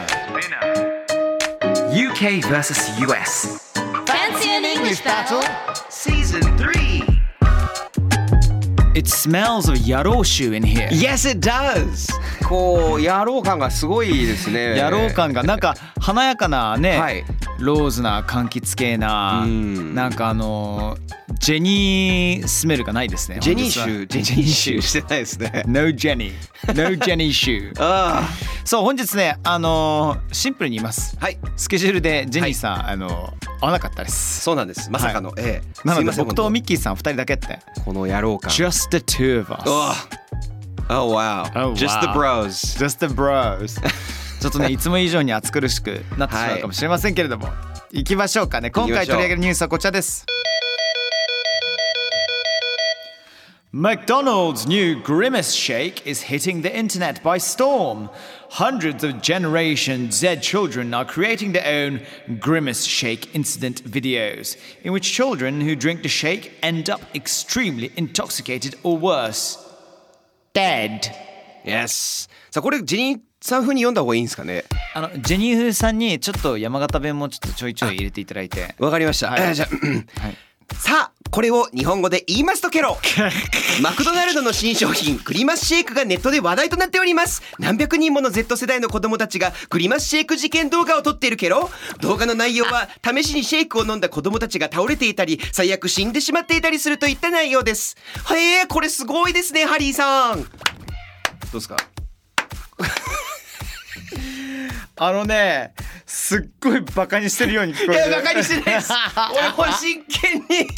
Spinner. UK versus US. Fancy an English battle? Season 3. It smells of yarrow shoe in here. Yes, it does. こう、野郎感がすごいですね。野郎感がなんか華やかなね、はいローズな柑橘系な、うんなんかあのージェニースメルがないですね。ジェニーシ本日ュはー、ジェニーシューしてないで すね。 No Jenny, No Jenny shoe. あそう本日ねあのーシンプルに言いますあ。。はい。スケジュールでジェニーさん、あのー合わなかったです。そうなんです。まさかの、ええ。なすいのまでせん僕とミッキーさん二人だけって。この野郎感。 Just the two of us. ああ。Oh wow. Oh, Just the wow. bros. Just the bros ちょっとねいつも以上に暑苦しくなってしまうかもしれませんけれども、行きましょうかね今行きま回しょう取り上げるニュースはこちらですマクドナルド new grimace shake is hitting the internet by storm. Hundreds of Generation Z children are creating their own grimace shake incident videos, in which children who drink the shake end up extremely intoxicated or worse, dead. Yes. さあ、これジェニーさん風に読んだ方がいいんですかね。あのジェニーフさんにちょっと山形弁もちょっとちょいちょい入れていただいて。わかりました。はいえーじゃあうんさあ、これを日本語で言いますとケロマクドナルドの新商品、グリマスシェイクがネットで話題となっております。何百人もの Z 世代の子供たちがグリマスシェイク事件動画を撮っているケロ動画の内容は、試しにシェイクを飲んだ子供たちが倒れていたり、最悪死んでしまっていたりするといった内容です。へえ、これすごいですね、ハリーさん。どうですかあのね、すっごいバカにしてるように聞こいや、バカにしてない です。俺も真剣に、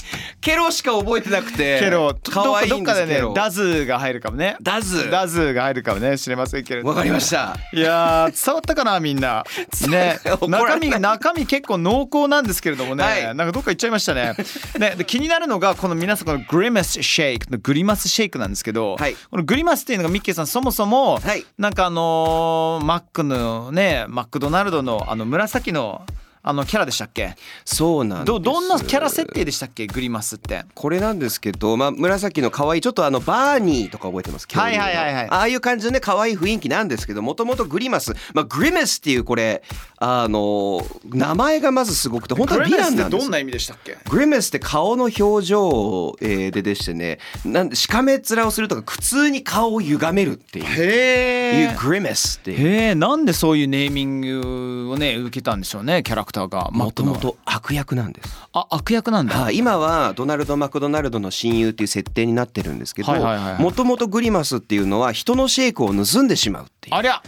ケロしか覚えてなくて。けど、可愛いどっんでかすでけねど。、ダズが入るかもね。ダズダズが入るかもね、知れませんけれど。わかりました。いやー伝わったかなみん な。ね怒ら中れ身た中身結構濃厚なんですけれどもね、はいなんかどっか行っちゃいました ね。ねで気になるのがこの皆さんこのグリマスシェイクのグリマスシェイクなんですけど、はいこのグリマスっていうのがミッキーさんそもそも、はいなんかあのーマックのねマクドナルドのあの紫のあのキャラでしたっけ？そうなんです。どどんなキャラ設定でしたっけグリマスって？これなんですけど、まあ、紫の可愛いちょっとあのバーニーとか覚えてますはいはいはいはい恐竜のああいう感じのね可愛い雰囲気なんですけどもともとグリマス、まあ、グリマスっていうこれあの名前がまずすごくて本当はヴィランなんですよ意味でしたっけ？グリマスって顔の表情えーででしてねなんしかめ面をするとか苦痛に顔を歪めるっていうへいうグリマスっていうへえなんでそういうネーミングをね受けたんでしょうねキャラクターがマもックとのもと悪役なんですあ悪役なんだはい、今はドナルド・マクドナルドの親友っていう設定になってるんですけどはいはいはいはいもともとグリマスっていうのは人のシェイクを盗んでしまうっていうありゃ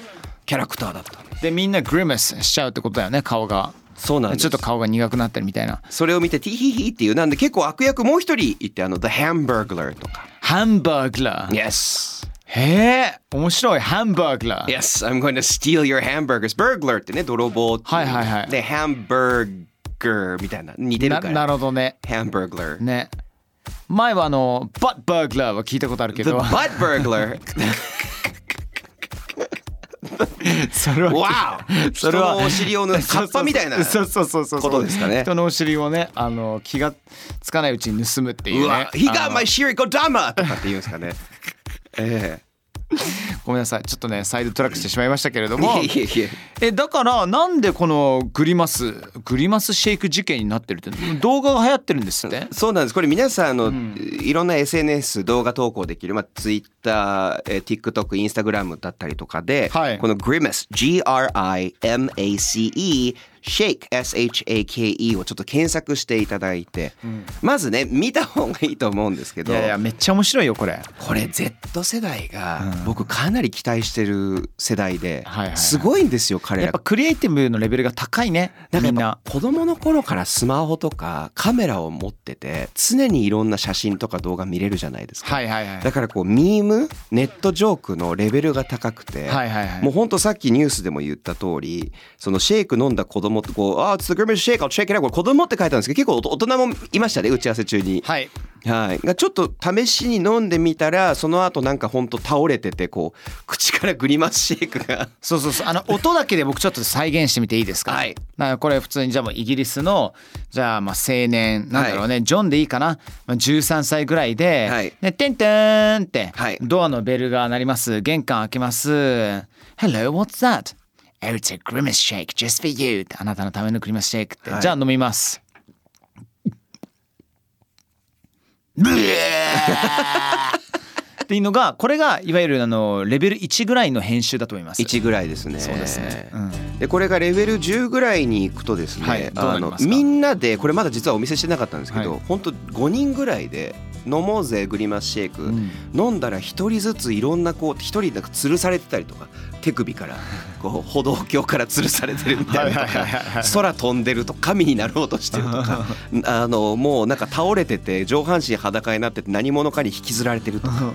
キャラクターだったんですでみんなグリマスしちゃうってことだよね顔がそうなんですちょっと顔が苦くなったりみたいなそれを見てティヒヒっていうなんで結構悪役もう一人いてあの The Hamburglar とかハンバーグラー Yes へえ面白いハンバーグラー Yes I'm going to steal your hamburgers Burglar ってね泥棒ってうはいはいはいで Hamburger みたいな似てるなからなるほどね Hamburglar ね前はあのバッバーグラーは聞いたことあるけ The ど Butt Burglar それは Wow そ人れはのお尻をねカッパみたい なそうそうそうそうそうことですかね人のお尻をねあの気がつかないうちに盗むっていううねわ、He あ got の my shirikodama! とかって言うんですかね。 えごめんなさいちょっとねサイドトラックしてしまいましたけれどえもいえいえいえ。えだからなんでこのグリマスグリマスシェイク事件になってるって動画が流行ってるんですってそうなんです。これ皆さん、あの、いろんな SNS 動画投稿できる、まあ、Twitter、えー TikTok、Instagram だったりとかで、はいこの Grimace、G-R-I-M-A-C-E、Shake、S-H-A-K-E をちょっと検索していただいて、まずね、見た方がいいと思うんですけいど、やいやめっちゃ面白いよこれこれ Z 世代が僕かなり期待してる世代ではいはいはいすごいんですよ彼やっらぱクリエイティブのレベルが高いねなんかみやんっなぱ子供の頃からスマホとかカメラを持ってて常にいろんな写真とか動画見れるじゃないですか、はいはいはいだからこうミームネットジョークのレベルが高くて、はいはいはいもうほんとさっきニュースでも言った通りそのシェイク飲んだ子供ってこう「ああ it's the grimace shake I'll check it out」これ子供って書いたんですけど結構大人もいましたね打ち合わせ中に。はいはい、がちょっと試しに飲んでみたらその後なんかほんと倒れててこう口からグリマスシェイクが そうそうそうあの音だけで僕ちょっと再現してみていいですかはいだからこれ普通にじゃあもうイギリスのじゃあまあ青年なんだろうね、ジョンでいいかな、まあ、13歳ぐらいで、はいでテンテンって、はいドアのベルが鳴ります玄関開けます Hello what's that? Oh, it's a grimace shake just for you ってあなたのためのグリマスシェイクって、はいじゃあ飲み ますっていうのがこれがいわゆるあのレベル1ぐらいの編集だと思います1ぐらいですね。そうですね、うんでこれがレベル10ぐらいに行くとですね、はいどうなありのますかみんなでこれまだ実はお見せしてなかったんですけど、はいほんと5人ぐらいで「飲もうぜグリマスシェイク」ん飲んだら一人ずついろんなこう一人なんか吊るされてたりとか手 首からこう歩道橋から吊るされてるみたいなとはいはいはいはか空飛んでると神になろうとしてると かあのもうなんか倒れてて上半身裸になってて何者かに引きずられてるとか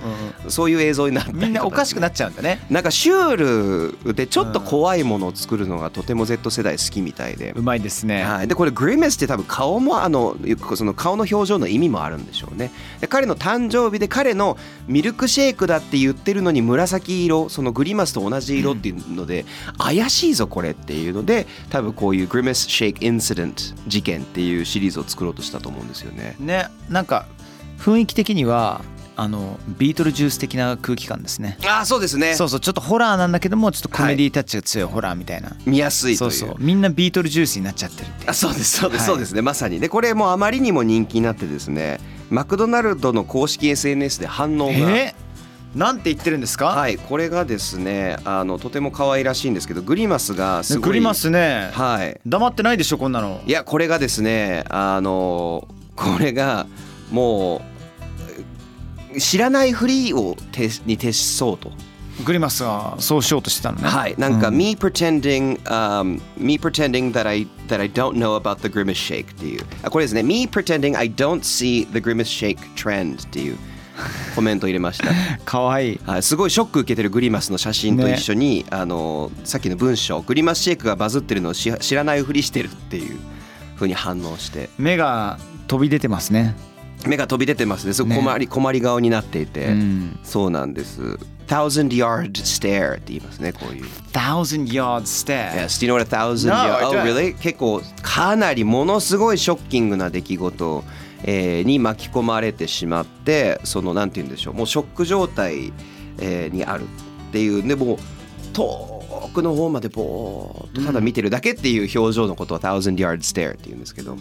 そういう映像になったりとみんなおかしくなっちゃうんだね。なんかシュールでちょっと怖いものを作るのがとても Z 世代好きみたいで。うまいですね。はい、でこれグリメスって多分顔もあのよくその顔の表情の意味もあるんでしょうねで彼の誕生日で彼のミルクシェイクだって言ってるのに紫色そのグリマスと同じ色っていうので、怪しいぞこれっていうので多分こういうグリメスシェイクインシデント事件っていうシリーズを作ろうとしたと思うんですよねね、なんか雰囲気的にはあのビートルジュース的な空気感ですね。ああそうですねそうそう、ちょっとホラーなんだけども、ちょっとコメディタッチが強いホラーみたいな。見やすいとそういうそう、みんなビートルジュースになっちゃってるっていうあ。そうですそうです、はいそうですねまさにでこれもうあまりにも人気になってですねマクドナルドの公式 SNS で反応が、えー、なんて言ってるんですか。はいこれがですねあのとても可愛らしいんですけどグリマスがすねごいグリマスね、はい黙ってないでしょこんなのい。やこれがですねあのこれがもう知らないフリーを徹しに徹しそうとグリマスがそうしようとしてたのね。はい、なんか、うん me pretending、um, me pretending that I that I don't know about the grimace shake っていうあこれですね me pretending I don't see the grimace shake trend っていう コメントを入 れました。可愛い。はい、すごいショック受けてるグリマスの写真と一緒に、あのさっきの文章グリマスシェイクがバズってるのをし知らないふりしてるっていう風に反応して目が飛び出てますね。目が飛び出てますねすごいね困り、困り顔になっていて、うん。そうなんです1000 yard stare って言いますねこういう。 Thousand yards stare。 Yes, do you know what a thousand? No, year- I oh, don't. really? 結構かなりものすごいショッキングな出来事、えーに巻き込まれてしまってそのなんて言うんでしょうもうショック状態、えーにあるっていうでもう遠くの方までぼーっとただ見てるだけっていう表情のことを thousand yard stare って言うんですけど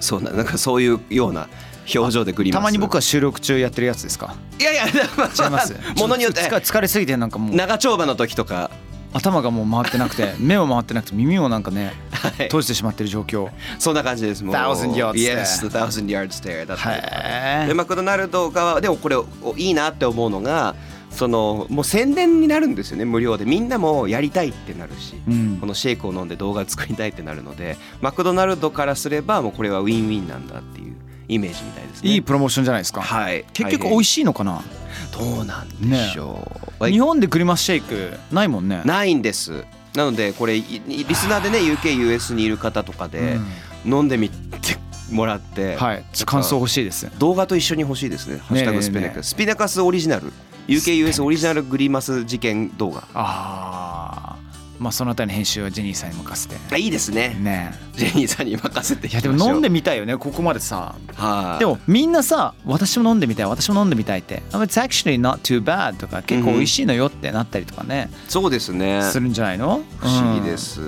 そうななんかそういうような表情でグリマスたまに僕はは収録中やってるやつですかいやいや違います ものによってちょっと疲れ疲れすぎてなんかもう長丁場の時とか、頭がもう回ってなく て目も回ってなくて耳もなんかねはい閉じてしまってる状況へそんな感じですもう。 Thousand yard stare Yes, the thousand yard stare だったりとかでえマクドナルド側でもこれをいいなって思うのがそのもう宣伝になるんですよね無料でみんなもやりたいってなるし、うんこのシェイクを飲んで動画作りたいってなるのでマクドナルドからすればもうこれはウィンウィンなんだっていうイメージみたいですね。いいプロモーションじゃないですかはい、結局美味しいのかな大変どうなんでしょう、日本でグリマスシェイクないもんねないんですなのでこれいリスナーでね UKUS にいる方とかで飲んでみてもらって、はい感想欲しいです動画と一緒に欲しいですね。ハッシュタグスピナねえねえカねえス。スピナカスオリジナル。UKUS オリジナルグリマス事件動画。あーまあそのあたりの編集はジェニーさんに任せてあいいですね。ねジェニーさんに任せていいやでも飲んでみたいよねここまでさはい。でもみんなさ私も飲んでみたい私も飲んでみたいって「Oh, It's actually not too bad」とか結構美味しいのよってなったりとかね、そうですね。するんじゃないの不思議で、うんす。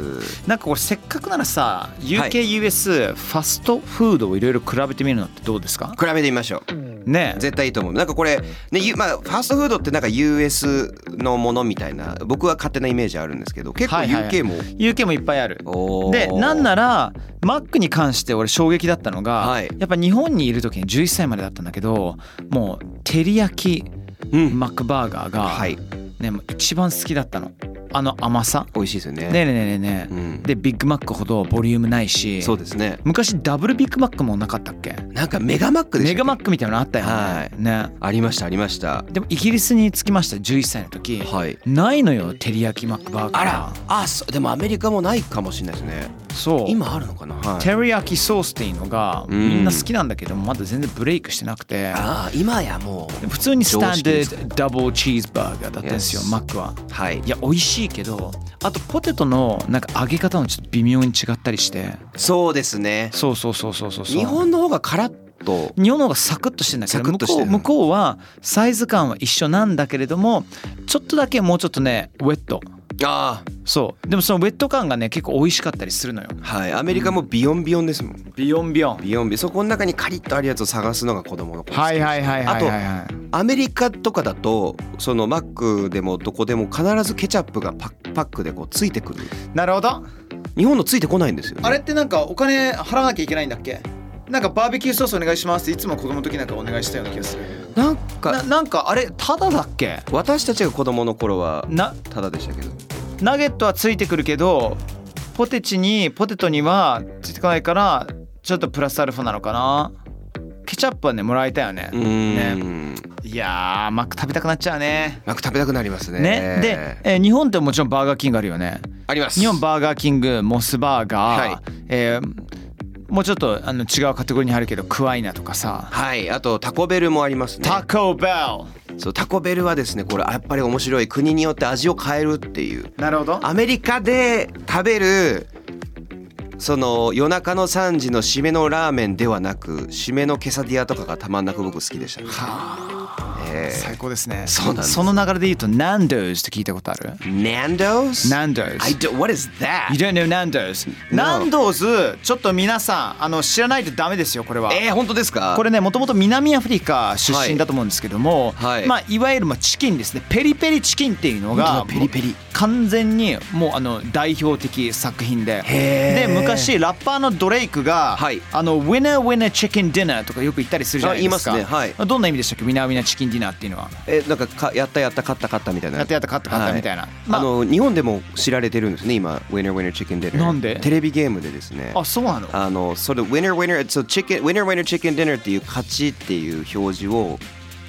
なんかこれせっかくならさ UKUS ファストフードをいろいろ比べてみるのってどうですか比べてみましょう。ねえ絶対いいと思う。なんかこれね、ゆまあファーストフードってなんか US のものみたいな、僕は勝手なイメージあるんですけど、結構はいはいはい UK も。 UK もいっぱいあるおーでなんならマックに関して俺衝撃だったのが、はいやっぱ日本にいる時に11歳までだったんだけどもう照り焼きうんマックバーガーが、はい。ね、もう一番好きだったのあの甘さ美味しいですよねねえねえねえねえ、うんでビッグマックほどボリュームないしそうですね昔ダブルビッグマックもなかったっけなんかメガマックでしたメっけガマックみたいなのあったよね,、はいねありましたありましたでもイギリスに着きました11歳の時、はいないのよ照り焼きマックバーガーあらあそうでもアメリカもないかもしれないですねそう今あるのかな、はい、照り焼きソースっていうのがうんみんな好きなんだけどまだ全然ブレイクしてなくてああ今やもう普通にスタンダ常識ですードダブルチーズバーガーだったんですよ Yes マックははいいや美味しいけどあとポテトのなんか揚げ方もちょっと微妙に違ったりしてそうですねそうそうそうそうそうそう日本の方がカラッと日本の方がサクッとしてんだけサどクッ向としてこるう向こうはサイズ感は一緒なんだけれどもちょっとだけもうちょっとねウェットあそうでもそのウェット感がね結構美味しかったりするのよあはいアメリカもビヨンビヨンですもんビヨンビヨンビヨンビヨンそこの中にカリッとあるやつを探すのが子供の頃はいはいはいはいはいあはいとアメリカとかだとそのマックでもどこでも必ずケチャップがパッパックでこうついてくるなるほど日本のついてこないんですよ、ね、あれってなんかお金払わなきゃいけないんだっけなんかバーベキューソースお願いしますっていつも子供の時なんかお願いしたような気がするなんなかなんかあれタダだっけ私たちが子供の頃はなただでしたけどナゲットはついてくるけどポテチにポテトにはついてこないからちょっとプラスアルファなのかなケチャップはねもらえたよねうーん、いやーマック食べたくなっちゃうねマック食べたくなりますねねで、えー日本ってもちろんバーガーキングあるよねあります日本バーガーキングモスバーガー、はいえーもうちょっとあの違うカテゴリーに入るけどクワイナとかさはいあとタコベルもありますねタコベそうタコベルはですねこれやっぱり面白い国によって味を変えるっていうルなるほどアメリカで食べるその夜中の3時の締めのラーメンではなく締めのケサディアとかがたまんなく僕好きでした、ねえ最高ですねそうなんですその流れで言うとナンドーズって聞いたことあるー、Nando's? Nando's I don't, what is that? You don't know Nando's No ナンドーズちょっと皆さんあの知らないとダメですよこれはえー、本当ですかこれねもともと南アフリカ出身だと思うんですけども、はいはいまあ、いわゆるまあチキンですねペリペリチキンっていうのが本当だペリペリもう完全にもうあの代表的作品でへでー昔ラッパーのドレイクが「はいあのウィナーウィナーチキンディナー」とかよく言ったりするじゃないですかあ言いますねどんな意味でしたっけウィナーウィナーチキンディナーっていうのはえなんかかやったやった勝った勝ったみたいなやったやった勝った勝ったみたいなまああの日本でも知られてるんですね今「Winner Winner Chicken Dinner」なんでテレビゲームでですねあそうなのあのそれ「Winner Winner」そう「Chicken Winner Winner Chicken Dinner」っていう勝ちっていう表示を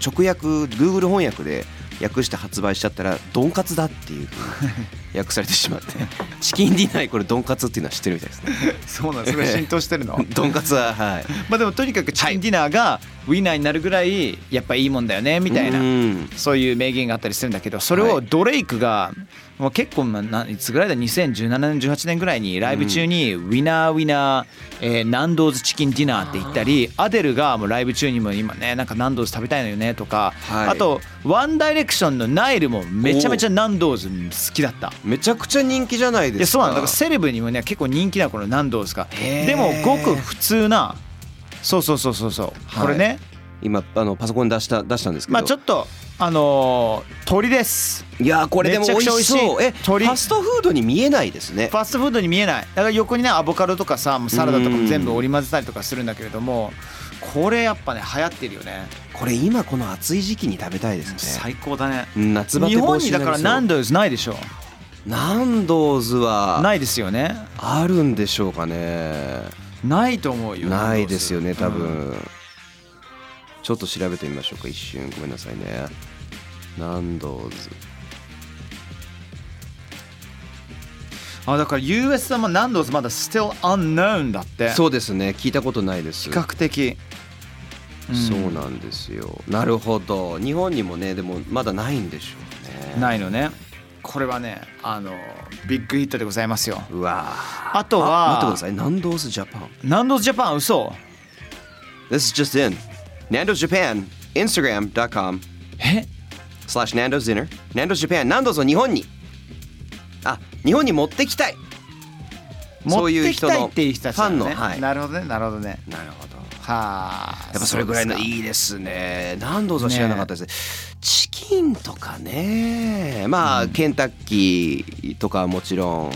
直訳 Google 翻訳で訳して発売しちゃったら「ドンカツだ」っ ていうふうに訳されてしまってチキンディナーイこれドンカツっていうのは知ってるみたいですねそうなのそれ浸透して るのドンカツははいまあでもとにかくチキンディナーがウィナーになるぐらいやっぱいいもんだよねみたいなうんそういう名言があったりするんだけどそれはをいドレイクがもう結構なないつぐらいだ2017年18年ぐらいにライブ中にウィナーウィナー、えーナンドーズチキンディナーって言ったりアデルがもうライブ中にも今ねなんかナンドーズ食べたいのよねとか、はいあとワンダイレクションのナイルもめちゃめちゃナンドーズ好きだった。めちゃくちゃ人気じゃないですかいやそうなんだだからセレブにもね結構人気なこのナンドーズがへーでもごく普通なそうそうそうそうそう、はいこれね今あのパソコンに出した出したんですけどまあちょっとあのー鳥ですいやーこれでも美味しそうめちゃくえちゃ美味しいフ鳥ァストフードに見えないですねファーストフードに見えないだから横にねアボカドとかさもうサラダとかも全部織り交ぜたりとかするんだけれどもこれやっぱね流行ってるよねこれ今この暑い時期に食べたいですね最高だねうん夏バテ日防本止になだりからナンドドーズないでしょナンドーズはないですよねあるんでしょうかねないと思うよないですよね多うん分ちょっと調べてみましょうか一瞬ごめんなさいねナンドーズあだから US さんもナンドーズまだ still unknown だってそうですね聞いたことないです比較的そうなんですよなるほど日本にもねでもまだないんでしょうねないのねこれはねあのビッグヒットでございますようわーあとあは待ってくださいナンドーズジャパンナンドーズジャパン嘘 This is just in. Nando's Japan, Instagram.com え slash Nando's Dinner. Nando's Japan, Nando's を日本に。あ、日本に持ってきたい。持そうっいうてき人のたいっていう人たちなのねファンのはいなるほどねなるほどねなるほど。はあやっぱそれぐらいのいいいですね。何度ぞ知らなかったですね。チキンとかね。まあ、ケンタッキーとかはもちろん、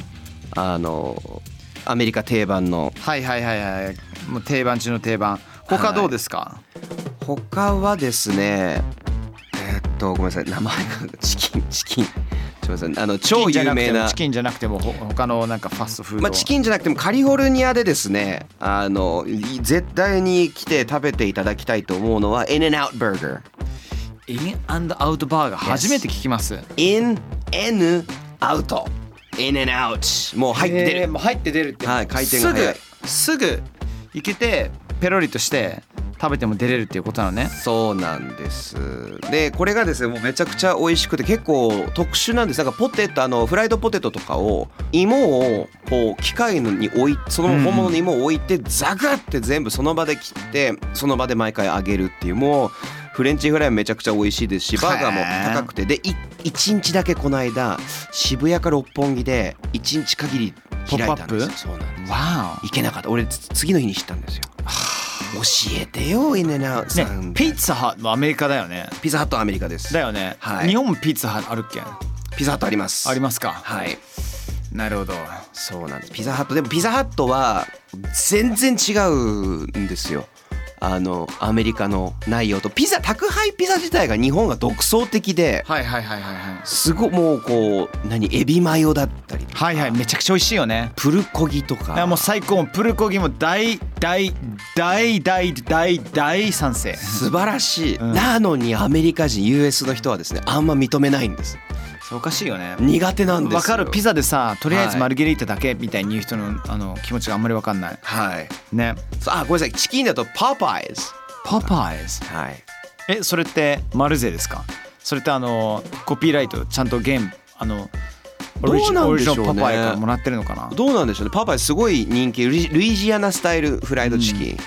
あの、アメリカ定番の。はいはいはいはいもう定番中の定番は他いどうですか、他はですね、えーっと、ごめんなさい。名前が、チキン、チキン。ちょっすいませんあの超有名なチキンじゃなくてもチキンじゃなくてもほ他のなんかファストフードまあ、チキンじゃなくてもカリフォルニアでですねあのい絶対に来て食べていただきたいと思うのは In and Out Burger インアウトバーガー初めて聞きます In and Out In and Out もう入って出えーる、もう入って出るってはい回転が早いすぐすぐ行けてペロリとして食べても出れるっていうことなのねそうなんですでこれがですねもうめちゃくちゃ美味しくて結構特殊なんですなんかポテトあのフライドポテトとかを芋をこう機械に置いその本物の芋を置いてザクって全部その場で切ってその場で毎回揚げるっていうもうフレンチフライもめちゃくちゃ美味しいですしバーガーも高くてで1日だけこの間渋谷か六本木で1日限り開いたんですポップよアップそうなんですわ行けなかった俺つ次の日に知ったんですよ教えてよイネナさねんピッツァハットもアメリカだよねピザハットはアメリカです。だよね、はい日本もピッツァハットあるっけあピザハットあります。りますかはい。なるほどそうなんです。ピザハットでもピザハットは全然違うんですよ。あのアメリカの内容とピザ宅配ピザ自体が日本が独創的ではいはいはいはいはいすごいもうこう何エビマヨだったりはいはいめちゃくちゃ美味しいよねプルコギといやかもう最高プルコギも大大大大大大賛成素晴らしい、うんなのにアメリカ人 US の人はですねあんま認めないんですそれおかしいよね苦手なんですよわかるピザでさとりあえはずいマルゲリータだけみたいに言う人のあの気持ちがあんまりわかんないはいねそうあごめんなさいチキンだとパパイズパパイズはいえそれってマルゼですかそれってあのコピーライトちゃんとゲームあのオリジどうなんでしょうオリジナルねパパイからもらってるのかなどうなんでしょうねパパイすごい人気ルイルイジアナスタイルフライドチキン、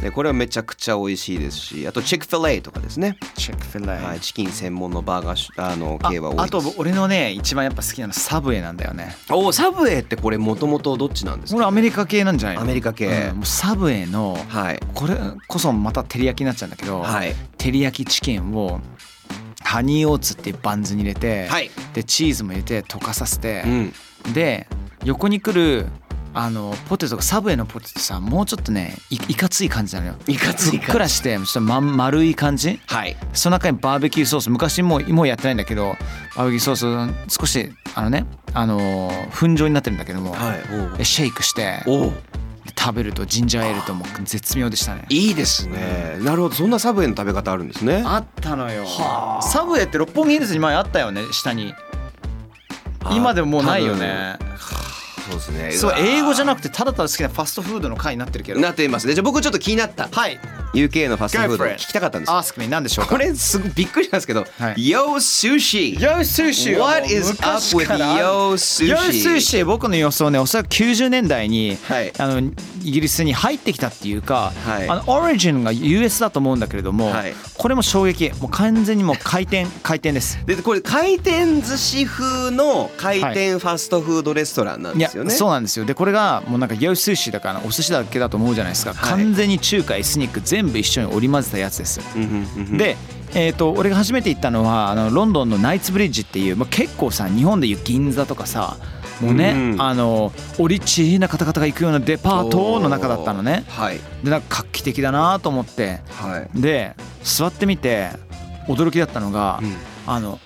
でこれはめちゃくちゃ美味しいですしあとチェックフィレイとかですね、チェックフィレはい、イチキン専門のバーガーしあの系は多いああですと俺のね一番やっぱ好きなのサブウェイなんだよねおサブウェイってこれもともとどっちなんです俺かアメリカ系なんじゃないのアメリカ系うんもうサブウェイのはいこれこそまた照り焼きになっちゃうんだけど、はい照り焼きチキンをハニーオーツっていうバンズに入れて、はいでチーズも入れて溶かさせてう、んで横に来るあのポテトがサブウェイのポテトさもうちょっとねいいかつい感じなのよいかつい感じふっくらしてちょっと、ま、丸い感じはいその中にバーベキューソース昔もうもうやってないんだけどバーベキューソース少しあのねあのー粉状になってるんだけども、はいでシェイクしておうおうで食べるとジンジャーエールともう絶妙でしたねいいですねなるほどそんなサブウェイの食べ方あるんですねあったのよサブウェイって六本木ヒルズに前あったよね下に今でももうないよねそうですねそう英語じゃななくてただただ好きなファストフードの回になってるけどなっていますねじゃあ僕ちょっと気になったはい UK のファストフー Go ド for it 聞きたかったんですアースクミ何でしょうかこれすごいびっくりしたんですけど、はい Yo sushi! ヨースーシーは What もう is up 昔 with からある Yo ヨースー sushi? シー僕の予想ねおそらく90年代に、はいあのイギリスに入ってきたっていうか、はいあのオリジンが US だと思うんだけれども、はいこれも衝撃もう完全にもう回転 回転ですでこれ回転寿司風の回転ファストフードレストランなんいでやすよね。そうなんですよでこれがもうなんかヨースーシーだからお寿司だけだと思うじゃないですか、はい完全に中華エスニック全部一緒に織り交ぜたやつです、うんうんうんうんで、えー、と俺が初めて行ったのはあのロンドンのナイツブリッジっていう、まあ、結構さ日本でいう銀座とかさもうね、うんあのおりちな方々が行くようなデパートの中だったのねはいでなんか画期的だなと思ってはい。で座ってみて驚きだったのが、うんあの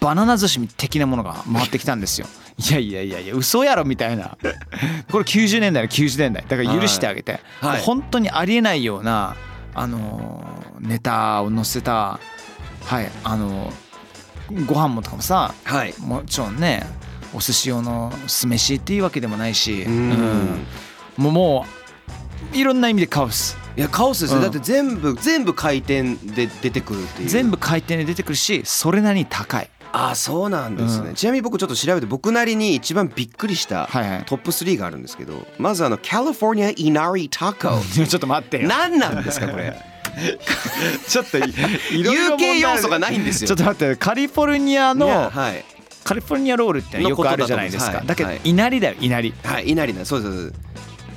バナナ寿司的なものが回ってきたんですよ。いやいやいやいや嘘やろみたいな これ90年代の90年代だから許してあげて、はいはい本当にありえないような、あのーネタを載せた、はいあのーご飯もとかもさはい。もちろんねお寿司用の酢飯っていうわけでもないし、うんもうもういろんな意味でカオスいやカオスですね、うんだって全部全部回転で出てくるっていう。全部回転で出てくるしそれなりに高 い。あそうなんですね、うんちなみに僕ちょっと調べて僕なりに一番びっくりしたはいはいトップ3があるんですけど、まずあのカリフォルニアイナリタコ。ちょっと待ってよ何なんですかこれ。ちょ っとい UK 要素がないんですよちょっと待ってカリフォルニアいのやはい。カリフォルニアロールってのはよくあるじゃないですかのこだとだけとど思いますはいいなりだよいなりっはい、いなりな、そうそうそう。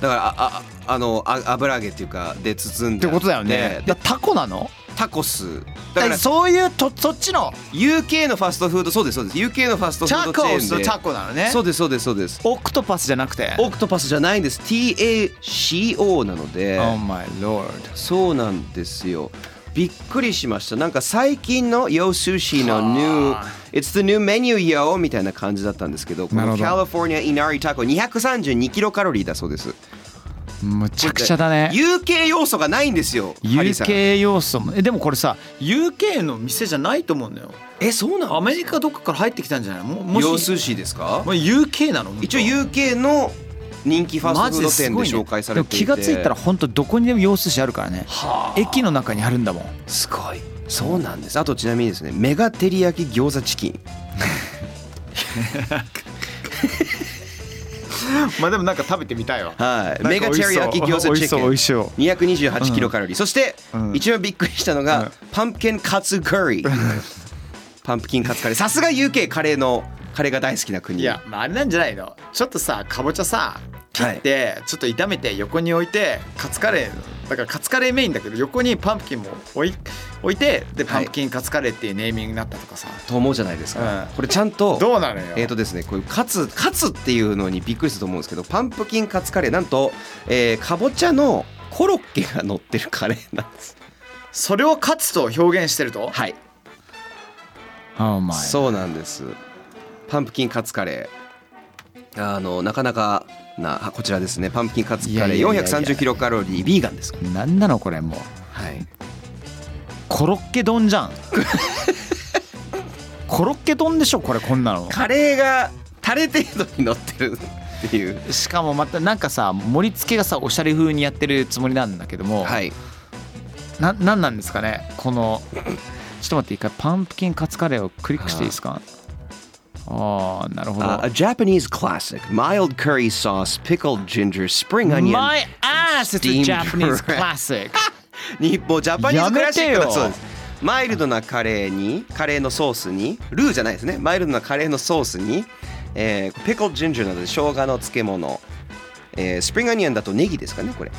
だから、あ、あ、ああの、あ、油揚げっていうか、で包んで。てことだよねでだタコなのタコス。だだかからら、そういうとそっちの U. K. のファストフード、そうです、そうです。U. K. のファストフードチェーンで。コなのねそうです、そうです、そうです。オクトパスじゃなくてオクトパスじゃないんです。T. A. C. O. なので。 Oh my lord そうなんですよ。びっくりしました。なんか最近の Yo Sushi の New It's the new menu yo みたいな感じだったんですけど、こなるのほど California Inari Taco 232キロカロリーだそうです。むちゃくちゃだね UK 要素がないんですよ。ハリーさん UK 要素もえでもこれさ UK の店じゃないと思うんだよえそうなアの？メリカどっかから入ってきたんじゃないのもも Yo し Sushi ですか？もう UK なの一応 UK の人気ファーストフード店で紹介されていて。でも気がついたら本当どこにでも洋寿司あるからね駅の中にあるん だもんすごい。そうなんです。あとちなみにですね、メガ照り焼き餃子チキン。まあでもなんか食べてみたいわはい。メガ照り焼き餃子チキン。そ228キロカロリー、そして、うん一番びっくりしたのうが、んパンプキンカツカリーパンプキンカツカレーさすが UK カレーのカレーが大好きな国いや、まあ、あれなんじゃないのちょっとさかぼちゃさ切はいって、ちょっと炒めて横に置いてカツカレーだからカツカレーメインだけど横にパンプキンも置い置いてでパンプキンカツカレーっていうネーミングになったとかさ、と思うじゃないですか、うんこれちゃんとどうなのよ、えーとですね、こういうカツカツっていうのにびっくりすると思うんですけどパンプキンカツカレーなんと、えーかぼちゃのコロッケが乗ってるカレーなんですそれをカツと表現してると、はいお前そうなんですパンプキンカツカレーあのなかなかなあこちらですねパンプキンカツカレいーやいやいやいや430キロカロリービーガンですなんなのこれもうはいコロッケ丼じゃ んコロッケ丼でしょこれこんなのカレーがタレ程度に乗ってるっていうしかもまたなんかさ盛り付けがさおしゃれ風にやってるつもりなんだけども、はいななんなんですかねこのちょっと待って一回パンプキンカツカレーをクリックしていいですかああーなるほど A Japanese classic mild curry sauce pickled ginger spring onion My ass is a Steamed Japanese bread. classic 日本ジャパニーズクラシックやめてだよそうですマイルドなカレーにカレーのソースにルーじゃないですねマイルドなカレーのソースに、えー、ピコジンジャーなどで生姜の漬物、えー、スプリングアニオンだとネギですかねこれ、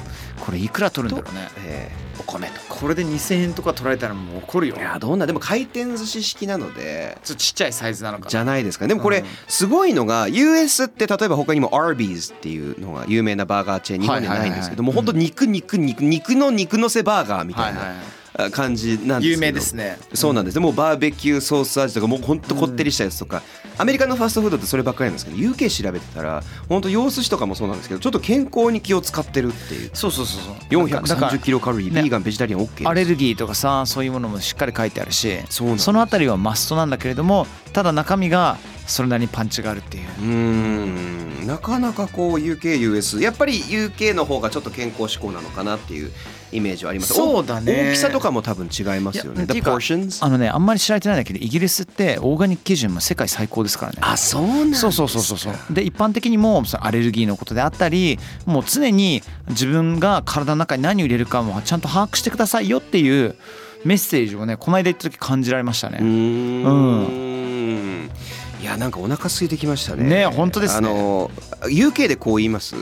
これいくら取るんだろうねえー、お米とこれで2000円とか取られたらもう怒るよいやーどんなでも回転寿司式なのでちょっとちっちゃいサイズなのかじなゃないですかでもこうれんすごいのが US って例えば他にもアービーズっていうのが有名なバーガーチェーン日本にはないんですけどもはいは本い当肉肉肉肉の肉のせバーガーみたはいいなはあ感じなんですけどい有名ですねそうなんです、もうバーベキューソース味とかもうほんとこってりしたやつとか、アメリカのファストフードってそればっかりなんですけど UK 調べてたらほんと洋寿司とかもそうなんですけどちょっと健康に気を使ってるっていうそうそうそうそうだから430キロカロリー、ねビーガンベジタリアン OK アレルギーとかさそういうものもしっかり書いてあるしそうなんですそのあたりはマストなんだけれどもただ中身がそれなりにパンチがあるっていううーんなかなかこう UKUS やっぱり UK の方がちょっと健康志向なのかなっていうイメージはありますそうだねお大きさとかも多分違いますよいやねっていうか portions あのねあんまり知られてないんだけどイギリスってオーガニック基準も世界最高ですからねあそうなんそうそうそうそうそうで一般的にもそのアレルギーのことであったりもう常に自分が体の中に何を入れるかもちゃんと把握してくださいよっていうメッセージをねこの間言った時感じられましたうーね、んいやなんかお腹空いてきましたねね本当ですねあの UK でこう言います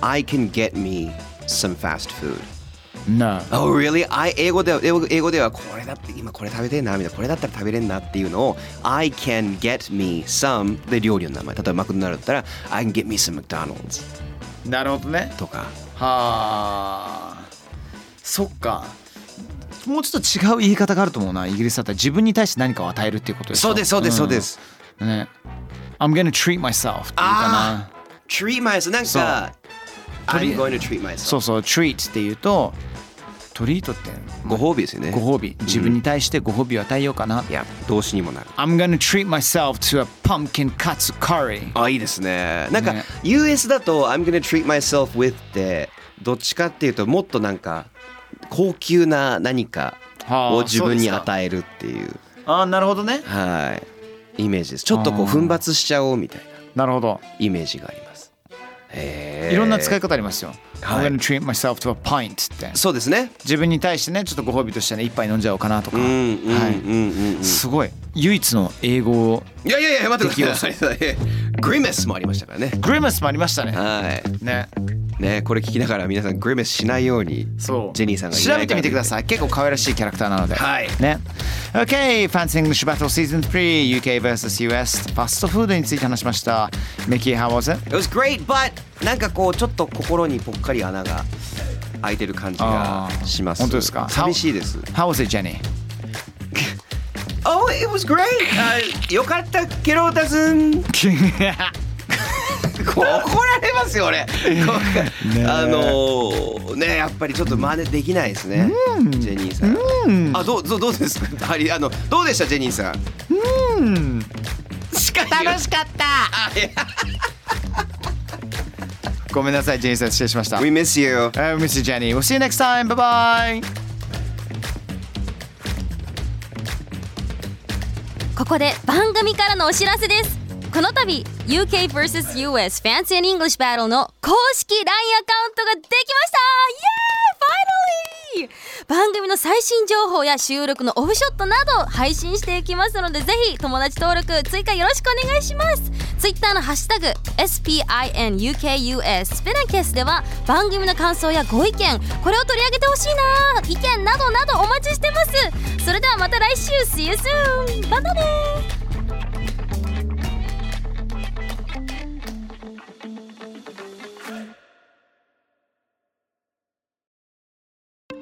I can get me some fast food なあ Oh really? I 英語では英語英語ではこれだって今これ食べてんなみたいなこれだったら食べれんなっていうのを I can get me some で料理の名前例えばマクドナルドだったら I can get me some McDonald's なるほどねとかはあそっかもうちょっと違う言い方があると思うなイギリスだったら自分に対して何かを与えるっていうことでしょそうですそうですそうです、うんね I'm gonna treat myself っていうかな treat myself なんそうか I'm going to treat myself そうそう treat っていうとトリートってご褒美ですよねご褒美自分に対してご褒美を与えようかな、いや動詞にもなる I'm gonna treat myself to a pumpkin katsu curry あいいですねなんか、ね US だと I'm gonna treat myself with ってどっちかっていうともっとなんか高級な何かはあを自分にそうですか与えるっていうああなるほどねはいイメージですちょっとこうあー奮発しちゃおうみたいななるほどイメージがありますへえいろんな使い方ありますよ、はい I'm gonna treat myself to a pint ってそうですね自分に対してねちょっとご褒美としてね一杯飲んじゃおうかなとか、うんうんうんうん、はいうんすごい唯一の英語をいやいやいや待ってください グリメスもありましたからねグリマスもありましたねはいねねこれ聞きながら皆さんグリメスしないようにそうジェニーさんがいない調べてみてくだいさい結構可愛らしいキャラクターなのではいね OK ファンス English Battle Season 3UK vs.US ファストフードについて話しましたメッキー・ハーワーズ It was great but なんかこうちょっと心にぽっかり穴が空いてる感じがします。あー本当ですか寂しいです。 How was it, Jenny? Oh, it was great! よかったケロタズン怒られますよ俺あのーねやっぱりちょっと真似できないですね、ジェニーさん、あどうどうどうです かハリーあのどうでしたジェニーさんうんしか楽しかったごめんなさい、ジェニーさん、失礼しました。 We We miss you miss you, Jenny. We'll see you next time. Bye bye. ここで番組からのお知らせですこの度 UK vs.US Fancy and English Battle の公式 LINE アカウントができましたイエーイ Finally! 番組の最新情報や収録のオフショットなど配信していきますのでぜひ友達登録追加よろしくお願いしますツイッターのハッシュタグ SPINUKUS スペナケースでは番組の感想やご意見これを取り上げてほしいな意見などなどお待ちしてますそれではまた来週 See you soon! またね